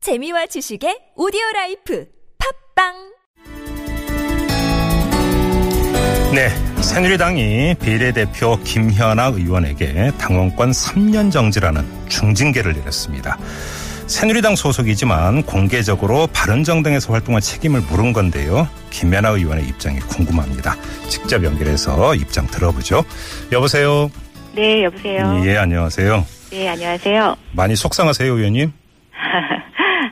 재미와 지식의 오디오 라이프 팝빵 네, 새누리당이 비례대표 김현아 의원에게 당원권 3년 정지라는 중징계를 내렸습니다. 새누리당 소속이지만 공개적으로 바른정당에서 활동할 책임을 물은 건데요. 김현아 의원의 입장이 궁금합니다. 직접 연결해서 입장 들어보죠. 여보세요. 네, 여보세요. 예, 안녕하세요. 네, 안녕하세요. 많이 속상하세요, 의원님.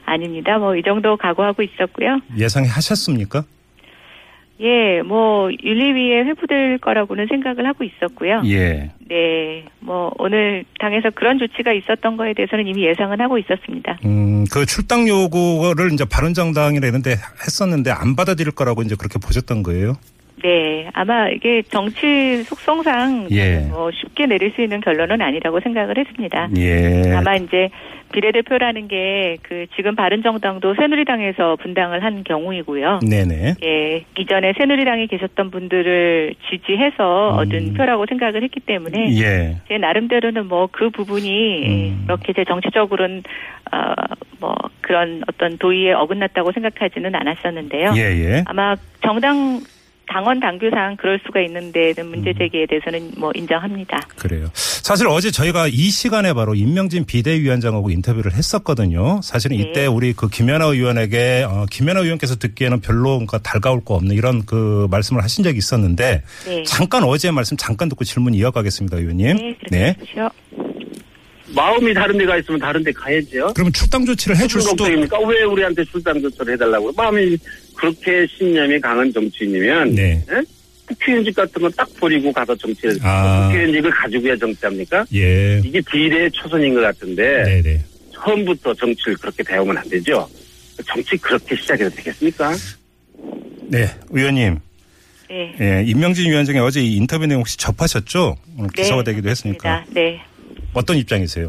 아닙니다. 뭐, 이 정도 각오하고 있었고요. 예상하셨습니까? 예, 뭐, 윤리위에 회부될 거라고는 생각을 하고 있었고요. 예. 네, 뭐, 오늘 당에서 그런 조치가 있었던 거에 대해서는 이미 예상은 하고 있었습니다. 음, 그 출당 요구를 이제 바른정당이라 했는데 했었는데 안 받아들일 거라고 이제 그렇게 보셨던 거예요? 네, 아마 이게 정치 속성상 예. 뭐 쉽게 내릴 수 있는 결론은 아니라고 생각을 했습니다. 예. 다만 이제 비례대표라는 게 그 지금 바른정당도 새누리당에서 분당을 한 경우이고요. 네네. 예, 이전에 새누리당에 계셨던 분들을 지지해서 얻은 표라고 생각을 했기 때문에 음. 예. 제 나름대로는 뭐 그 부분이 음. 그렇게 제 정치적으로는 어뭐 그런 어떤 도의에 어긋났다고 생각하지는 않았었는데요. 예, 예. 아마 정당 당원 당규상 그럴 수가 있는데는 음. 문제 제기에 대해서는 뭐 인정합니다. 그래요. 사실 어제 저희가 이 시간에 바로 임명진 비대위원장하고 인터뷰를 했었거든요. 사실은 네. 이때 우리 그 김연아 의원에게 어, 김연아 의원께서 듣기에는 별로 그러니까 달가울 거 없는 이런 그 말씀을 하신 적이 있었는데 네. 잠깐 어제 말씀 잠깐 듣고 질문 이어가겠습니다, 의원님. 네, 그렇게 하십시오. 마음이 다른 데가 있으면 다른 데 가야죠. 그러면 출당 조치를 해줄 무슨 수도 걱정입니까? 왜 우리한테 출당 조처를 해달라고? 마음이 그렇게 신념이 강한 정치인이면 네. 예? 국회의원직 같은 건 딱 버리고 가서 정치를 아. 국회의원직을 가지고 해야 정치합니까? 예. 이게 비례의 초선인 것 같은데 네, 네. 처음부터 정치를 그렇게 배우면 안 되죠. 정치 그렇게 시작해도 되겠습니까? 네, 의원님. 네. 예, 임명진 위원장의 어제 이 인터뷰 내용 혹시 접하셨죠? 오늘 기사가 되기도 했으니까. 그렇습니다. 네. 어떤 입장이세요?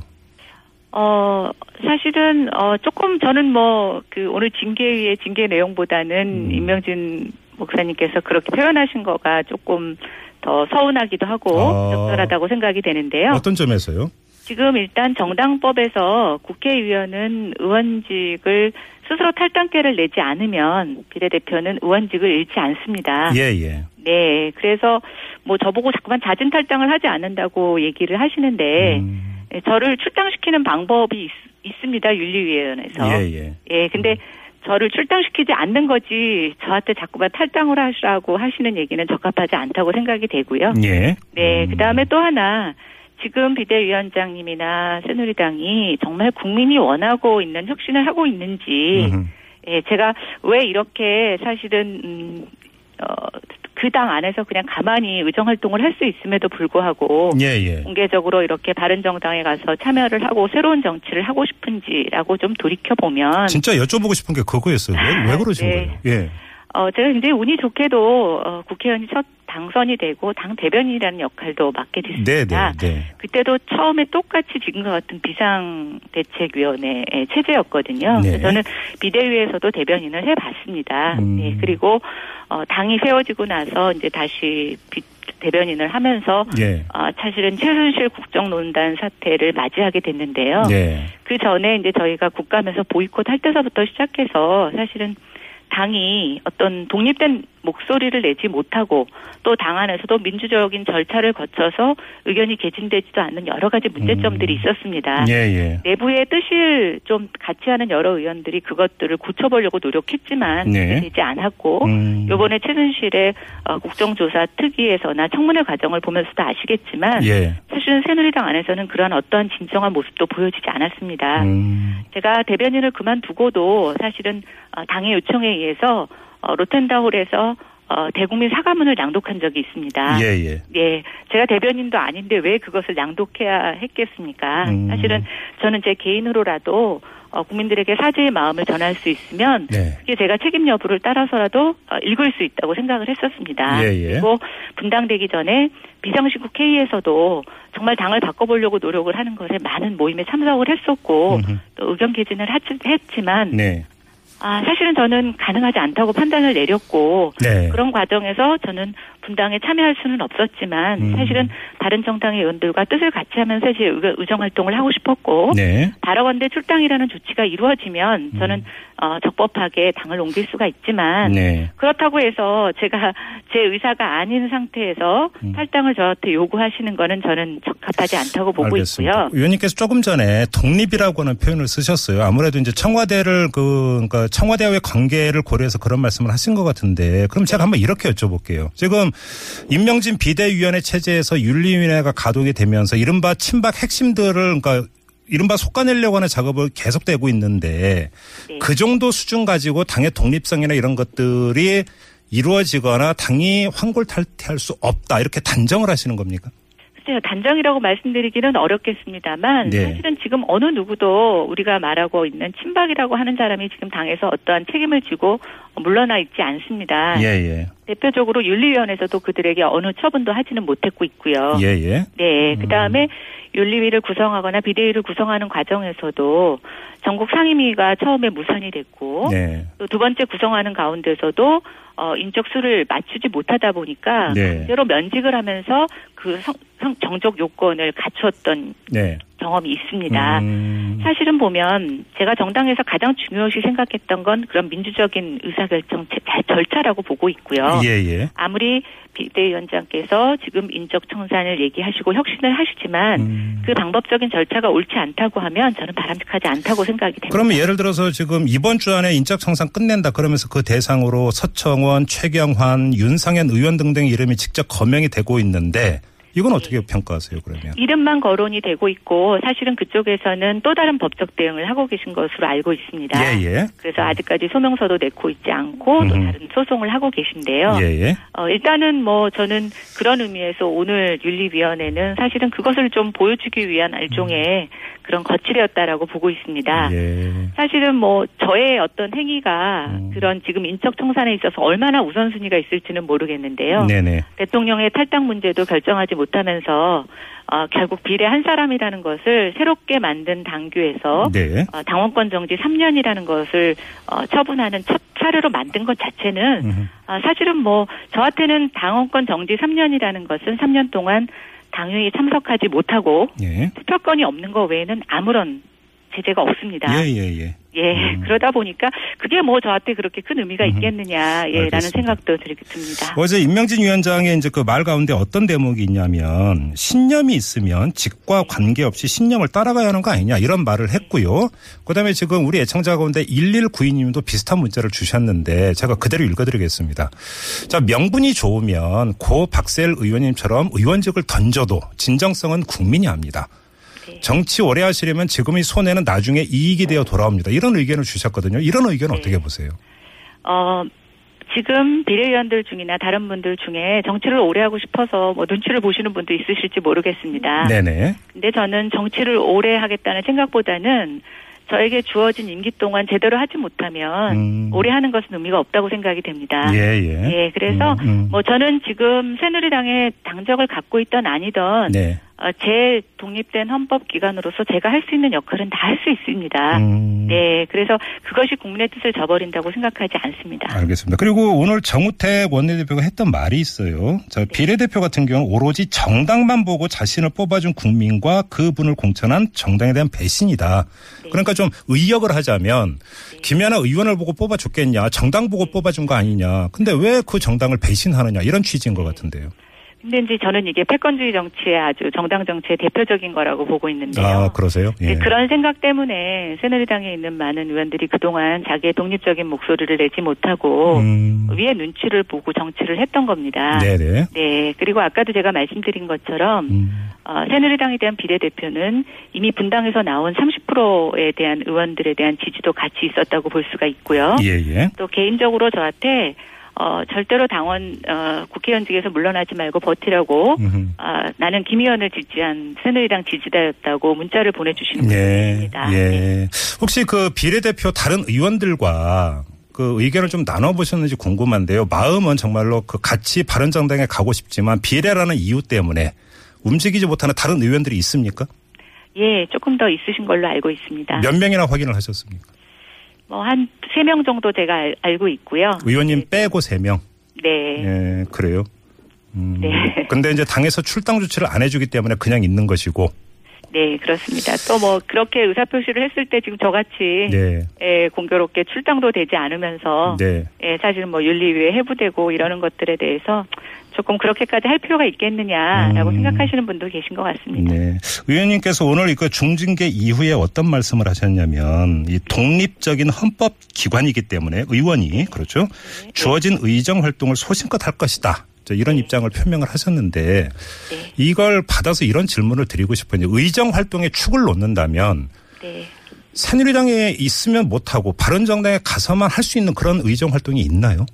어, 사실은, 어, 조금 저는 뭐, 그, 오늘 징계위의 징계 내용보다는 음. 임명진 목사님께서 그렇게 표현하신 거가 조금 더 서운하기도 하고 아. 적절하다고 생각이 되는데요. 어떤 점에서요? 지금 일단 정당법에서 국회의원은 의원직을 스스로 탈당계를 내지 않으면 비례대표는 의원직을 잃지 않습니다. 예, 예. 네. 그래서 뭐 저보고 자꾸만 자진 탈당을 하지 않는다고 얘기를 하시는데 음. 예, 저를 출당시키는 방법이 있, 습니다 윤리위원회에서. 예, 예. 예, 근데 저를 출당시키지 않는 거지 저한테 자꾸만 탈당을 하시라고 하시는 얘기는 적합하지 않다고 생각이 되고요. 예. 네, 그 다음에 또 하나. 지금 비대위원장님이나 새누리당이 정말 국민이 원하고 있는 혁신을 하고 있는지, 음흠. 예, 제가 왜 이렇게 사실은, 음, 어, 그 당 안에서 그냥 가만히 의정활동을 할 수 있음에도 불구하고, 예, 음. 예. 공개적으로 이렇게 바른정당에 가서 참여를 하고 새로운 정치를 하고 싶은지라고 좀 돌이켜 보면 진짜 여쭤보고 싶은 게 그거였어요. 왜, 왜 그러신 네. 거예요? 예. 어 제가 굉장히 운이 좋게도 어, 국회의원이 첫 당선이 되고 당 대변인이라는 역할도 맡게 네, 네, 됐습니다. 네. 그때도 처음에 똑같이 지금과 같은 비상대책위원회의 체제였거든요. 네. 그래서 저는 비대위에서도 대변인을 해봤습니다. 음. 네, 그리고 어, 당이 세워지고 나서 이제 다시 비- 대변인을 하면서 예. 어, 사실은 최순실 국정농단 사태를 맞이하게 됐는데요. 예. 그 전에 이제 저희가 국감에서 보이콧 할 때서부터 시작해서 사실은 당이 어떤 독립된 목소리를 내지 못하고 또 당 안에서도 민주적인 절차를 거쳐서 의견이 개진되지도 않는 여러 가지 문제점들이 음. 있었습니다. 예, 예. 내부의 뜻을 좀 같이 하는 여러 의원들이 그것들을 고쳐보려고 노력했지만 네. 되지 않았고 음. 어? 요번에 최순실의 어, 국정조사 특위에서나 청문회 과정을 보면서도 아시겠지만 예. 사실은 새누리당 안에서는 그러한 어떠한 진정한 모습도 보여지지 않았습니다. 음. 제가 대변인을 그만두고도 사실은 어, 당의 요청에 의해서 어, 로텐다홀에서 어, 대국민 사과문을 낭독한 적이 있습니다. 예, 예. 예, 제가 대변인도 아닌데 왜 그것을 낭독해야 했겠습니까? 음. 사실은 저는 제 개인으로라도 어, 국민들에게 사죄의 마음을 전할 수 있으면 네. 그게 제가 책임 여부를 따라서라도 어, 읽을 수 있다고 생각을 했었습니다. 예, 예. 그리고 분당되기 전에 비상식 국회의에서도 정말 당을 바꿔보려고 노력을 하는 것에 많은 모임에 참석을 했었고 음흠. 또 의견 개진을 하지- 했지만 네. 아, 사실은 저는 가능하지 않다고 판단을 내렸고 네. 그런 과정에서 저는 분당에 참여할 수는 없었지만 음. 사실은 다른 정당의 의원들과 뜻을 같이 하면서 이제 의- 의정 활동을 하고 싶었고 네. 음. 발언건대 출당이라는 조치가 이루어지면 저는 어, 적법하게 당을 옮길 수가 있지만 네. 그렇다고 해서 제가 제 의사가 아닌 상태에서 음. 탈당을 저한테 요구하시는 거는 저는 적합하지 않다고 보고 알겠습니다. 있고요. 의원님께서 조금 전에 독립이라고 하는 표현을 쓰셨어요. 아무래도 이제 청와대를 그, 그러니까 청와대와의 관계를 고려해서 그런 말씀을 하신 것 같은데 그럼 제가 한번 이렇게 여쭤볼게요. 지금 임명진 비대위원회 체제에서 윤리위원회가 가동이 되면서 이른바 친박 핵심들을 그러니까 이른바 속아내려고 하는 작업을 계속되고 있는데 네. 그 정도 수준 가지고 당의 독립성이나 이런 것들이 이루어지거나 당이 환골탈퇴할 수 없다 이렇게 단정을 하시는 겁니까? 글쎄요, 단정이라고 말씀드리기는 어렵겠습니다만 네. 사실은 지금 어느 누구도 우리가 말하고 있는 친박이라고 하는 사람이 지금 당에서 어떠한 책임을 지고 물러나 있지 않습니다. 예 예. 대표적으로 윤리위원회에서도 그들에게 어느 처분도 하지는 못했고 있고요. 예, 예. 네, 그 다음에 윤리위를 구성하거나 비대위를 구성하는 과정에서도 전국 상임위가 처음에 무산이 됐고 네. 또 두 번째 구성하는 가운데서도 어, 인적 수를 맞추지 못하다 보니까 네. 강제로 면직을 하면서 그 성, 성- 정적 요건을 갖췄던 네. 경험이 있습니다. 음, 사실은 보면 제가 정당에서 가장 중요시 생각했던 건 그런 민주적인 의사결정 제- 절차라고 보고 있고요. 예, 예. 아무리 비대위원장께서 지금 인적 청산을 얘기하시고 혁신을 하시지만 음. 그 방법적인 절차가 옳지 않다고 하면 저는 바람직하지 않다고 생각이 됩니다. 그러면 예를 들어서 지금 이번 주 안에 인적 청산 끝낸다 그러면서 그 대상으로 서청원, 최경환, 윤상현 의원 등등 이름이 직접 거명이 되고 있는데 이건 어떻게 평가하세요 그러면? 이름만 거론이 되고 있고 사실은 그쪽에서는 또 다른 법적 대응을 하고 계신 것으로 알고 있습니다. 예, 예. 그래서 아직까지 소명서도 내고 있지 않고 또 음. 다른 소송을 하고 계신데요. 예, 예. 어, 일단은 뭐 저는 그런 의미에서 오늘 윤리위원회는 사실은 그것을 좀 보여주기 위한 일종의 그런 거칠이었다라고 보고 있습니다. 음. 예. 사실은 뭐 저의 어떤 행위가 음. 그런 지금 인적 청산에 있어서 얼마나 우선순위가 있을지는 모르겠는데요. 네네. 대통령의 탈당 문제도 결정하지 못하면서 어, 결국 비례 한 사람이라는 것을 새롭게 만든 당규에서 네. 어, 당원권 정지 3년이라는 것을 어, 처분하는 첫 사례로 만든 것 자체는 음. 어, 사실은 뭐 저한테는 당원권 정지 3년이라는 것은 3년 동안 당회에 참석하지 못하고 예. 투표권이 없는 것 외에는 아무런 제재가 없습니다. 예, 예, 예. 예, 그러다 보니까 그게 뭐 저한테 그렇게 큰 의미가 있겠느냐, 예, 라는 음. 알겠습니다. 생각도 들- 듭니다. 어제 임명진 위원장의 이제 그 말 가운데 어떤 대목이 있냐면 신념이 있으면 직과 관계없이 신념을 따라가야 하는 거 아니냐 이런 말을 했고요. 그다음에 지금 우리 애청자 가운데 1192님도 비슷한 문자를 주셨는데 제가 그대로 읽어드리겠습니다. 자 명분이 좋으면 고 박세일 의원님처럼 의원직을 던져도 진정성은 국민이 합니다. 정치 오래 하시려면 지금의 손해는 나중에 이익이 되어 돌아옵니다. 이런 의견을 주셨거든요. 이런 의견 어떻게 보세요? 어, 지금 비례위원들 중이나 다른 분들 중에 정치를 오래 하고 싶어서 뭐 눈치를 보시는 분도 있으실지 모르겠습니다. 네네. 근데 저는 정치를 오래 하겠다는 생각보다는 저에게 주어진 임기 동안 제대로 하지 못하면 음. 오래 어, 하는 것은 의미가 없다고 생각이 됩니다. 예 예. 예, 그래서 음, 음. 뭐 저는 지금 새누리당의 당적을 갖고 있던 아니던 네. 어, 제 독립된 헌법 기관으로서 제가 할 수 있는 역할은 다 할 수 있습니다. 음, 네, 그래서 그것이 국민의 뜻을 저버린다고 생각하지 않습니다. 알겠습니다. 그리고 오늘 정우택 원내대표가 했던 말이 있어요. 네. 자, 비례대표 같은 경우는 오로지 정당만 보고 자신을 뽑아준 국민과 그분을 공천한 정당에 대한 배신이다. 네. 그러니까 좀 의역을 하자면 김연아 의원을 보고 뽑아줬겠냐, 정당 네. 보고 뽑아준 거 아니냐. 근데 왜 그 정당을 배신하느냐 이런 취지인 것 같은데요. 근데 이제 저는 이게 패권주의 정치의 아주 정당 정치의 대표적인 거라고 보고 있는데요. 아 그러세요? 이제 예. 그런 생각 때문에 새누리당에 있는 많은 의원들이 그동안 자기의 독립적인 목소리를 내지 못하고 음, 위에 아. 눈치를 보고 정치를 했던 겁니다. 네네. 네, 그리고 아까도 제가 말씀드린 것처럼 음, 어, 새누리당에 대한 비례대표는 이미 분당에서 나온 30%에 대한 의원들에 대한 지지도 같이 있었다고 볼 수가 있고요. 예 예. 또 개인적으로 저한테 어, 절대로 당원 어, 국회의원직에서 물러나지 말고 버티라고 음, 아, 나는 김 의원을 지지한 새누리당 지지자였다고 문자를 보내주시는 예, 분입니다. 네. 예. 혹시 그 비례대표 다른 의원들과 그 의견을 좀 나눠보셨는지 궁금한데요. 마음은 정말로 그 같이 바른정당에 가고 싶지만 비례라는 이유 때문에 움직이지 못하는 다른 의원들이 있습니까? 예, 조금 더 있으신 걸로 알고 있습니다. 몇 명이나 확인을 하셨습니까? 뭐 한 세 명 정도 제가 알, 고 있고요. 의원님 빼고 세명 아, 네. 예, 그래요. 음. 네. 근데 이제 당에서 출당 조치를 안 해주기 때문에 그냥 있는 것이고. 네, 그렇습니다. 또 뭐 그렇게 의사표시를 했을 때 지금 저같이 네. 예, 공교롭게 출당도 되지 않으면서 네. 예, 사실 뭐 윤리위에 해부되고 이러는 것들에 대해서 조금 그렇게까지 할 필요가 있겠느냐라고 음. 생각하시는 분도 계신 것 같습니다. 네. 의원님께서 오늘 그 중징계 이후에 어떤 말씀을 하셨냐면 이 독립적인 헌법 기관이기 때문에 의원이 그렇죠. 주어진 의정 활동을 소신껏 할 것이다. 자, 이런 입장을 표명을 하셨는데 이걸 받아서 이런 질문을 드리고 싶어요. 의정 활동에 축을 놓는다면 네. 새누리당에 있으면 못하고 바른정당에 가서만 할 수 있는 그런 의정 활동이 있나요?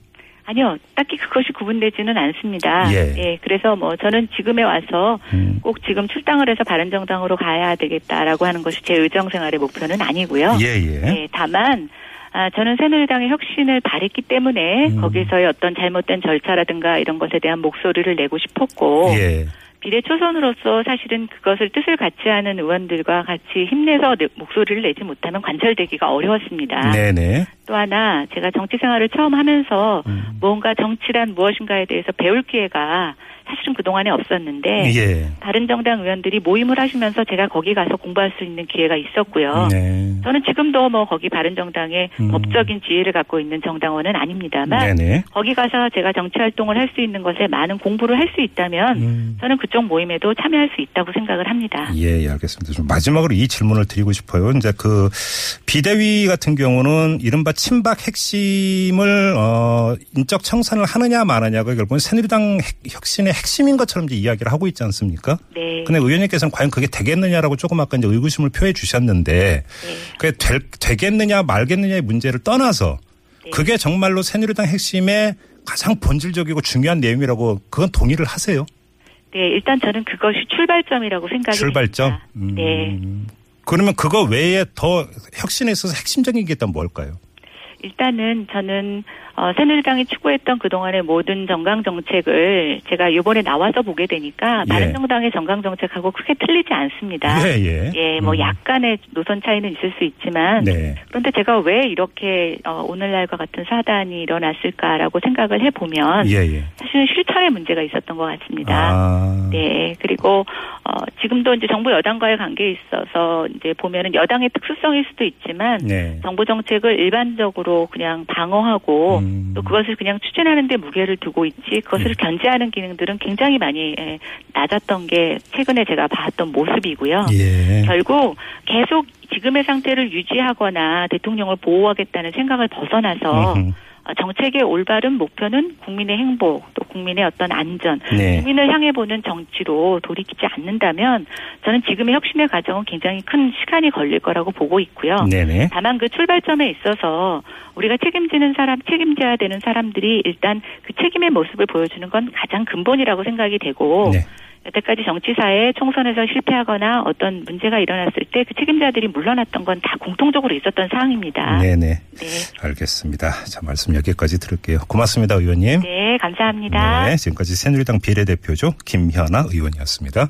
아니요, 딱히 그것이 구분되지는 않습니다. 예. 그래서 뭐 저는 지금에 와서 꼭 지금 출당을 해서 바른정당으로 가야 되겠다라고 하는 것이 제 의정 생활의 목표는 아니고요. 예, 예. 예, 다만 아, 저는 새누리당의 혁신을 바랬기 때문에 음. 거기서의 어떤 잘못된 절차라든가 이런 것에 대한 목소리를 내고 싶었고 예. 비례 초선으로서 사실은 그것을 뜻을 같이 하는 의원들과 같이 힘내서 내- 목소리를 내지 못하면 관철되기가 어려웠습니다. 네, 네. 또 하나 제가 정치 생활을 처음 하면서 뭔가 정치란 무엇인가에 대해서 배울 기회가 사실은 그동안에 없었는데 예. 다른 정당 의원들이 모임을 하시면서 제가 거기 가서 공부할 수 있는 기회가 있었고요. 네. 저는 지금도 뭐 거기 바른정당의 음. 법적인 지혜를 갖고 있는 정당원은 아닙니다만 네, 네. 거기 가서 제가 정치 활동을 할 수 있는 것에 많은 공부를 할 수 있다면 음. 저는 그쪽 모임에도 참여할 수 있다고 생각을 합니다. 예, 예, 알겠습니다. 좀 마지막으로 이 질문을 드리고 싶어요. 이제 그 비대위 같은 경우는 이른바 친박 핵심을 어 인적 청산을 하느냐 마느냐가 결국은 새누리당 핵- 혁신의 핵심인 것처럼 이제 이야기를 하고 있지 않습니까? 네. 근데 의원님께서는 과연 그게 되겠느냐라고 조금 아까 이제 의구심을 표해 주셨는데 그게 될, 되겠느냐 말겠느냐의 문제를 떠나서 그게 정말로 새누리당 핵심의 가장 본질적이고 중요한 내용이라고 그건 동의를 하세요? 네, 일단 저는 그것이 출발점이라고 생각이 출발점. 됩니다. 네. 음. 그러면 그거 외에 더 혁신에 있어서 핵심적인 게 있다면 뭘까요? 일단은 저는 어, 새누리당이 추구했던 그동안의 모든 정강 정책을 제가 이번에 나와서 보게 되니까 예. 바른정당의 정강 정책하고 크게 틀리지 않습니다. 예, 예. 예, 뭐 음. 약간의 노선 차이는 있을 수 있지만 네. 그런데 제가 왜 이렇게 어, 오늘날과 같은 사단이 일어났을까라고 생각을 해보면 예, 예. 사실은 실천의 문제가 있었던 것 같습니다. 아. 네, 그리고 어, 지금도 이제 정부 여당과의 관계에 있어서 이제 보면은 여당의 특수성일 수도 있지만 네. 정부 정책을 일반적으로 그냥 방어하고 음. 또 그것을 그냥 추진하는 데 무게를 두고 있지 그것을 견제하는 기능들은 굉장히 많이 예, 낮았던 게 최근에 제가 봤던 모습이고요. 예. 결국 계속 지금의 상태를 유지하거나 대통령을 보호하겠다는 생각을 벗어나서 음흠. 어, 정책의 올바른 목표는 국민의 행복, 또 국민의 어떤 안전, 네. 국민을 향해 보는 정치로 돌이키지 않는다면 저는 지금의 혁신의 과정은 굉장히 큰 시간이 걸릴 거라고 보고 있고요. 네네. 다만 그 출발점에 있어서 우리가 책임지는 사람, 책임져야 되는 사람들이 일단 그 책임의 모습을 보여주는 건 가장 근본이라고 생각이 되고 네. 여태까지 정치사에 총선에서 실패하거나 어떤 문제가 일어났을 때 그 책임자들이 물러났던 건 다 공통적으로 있었던 사항입니다. 네네. 네. 알겠습니다. 자, 말씀 여기까지 들을게요. 고맙습니다, 의원님. 네, 감사합니다. 네, 지금까지 새누리당 비례대표죠. 김현아 의원이었습니다.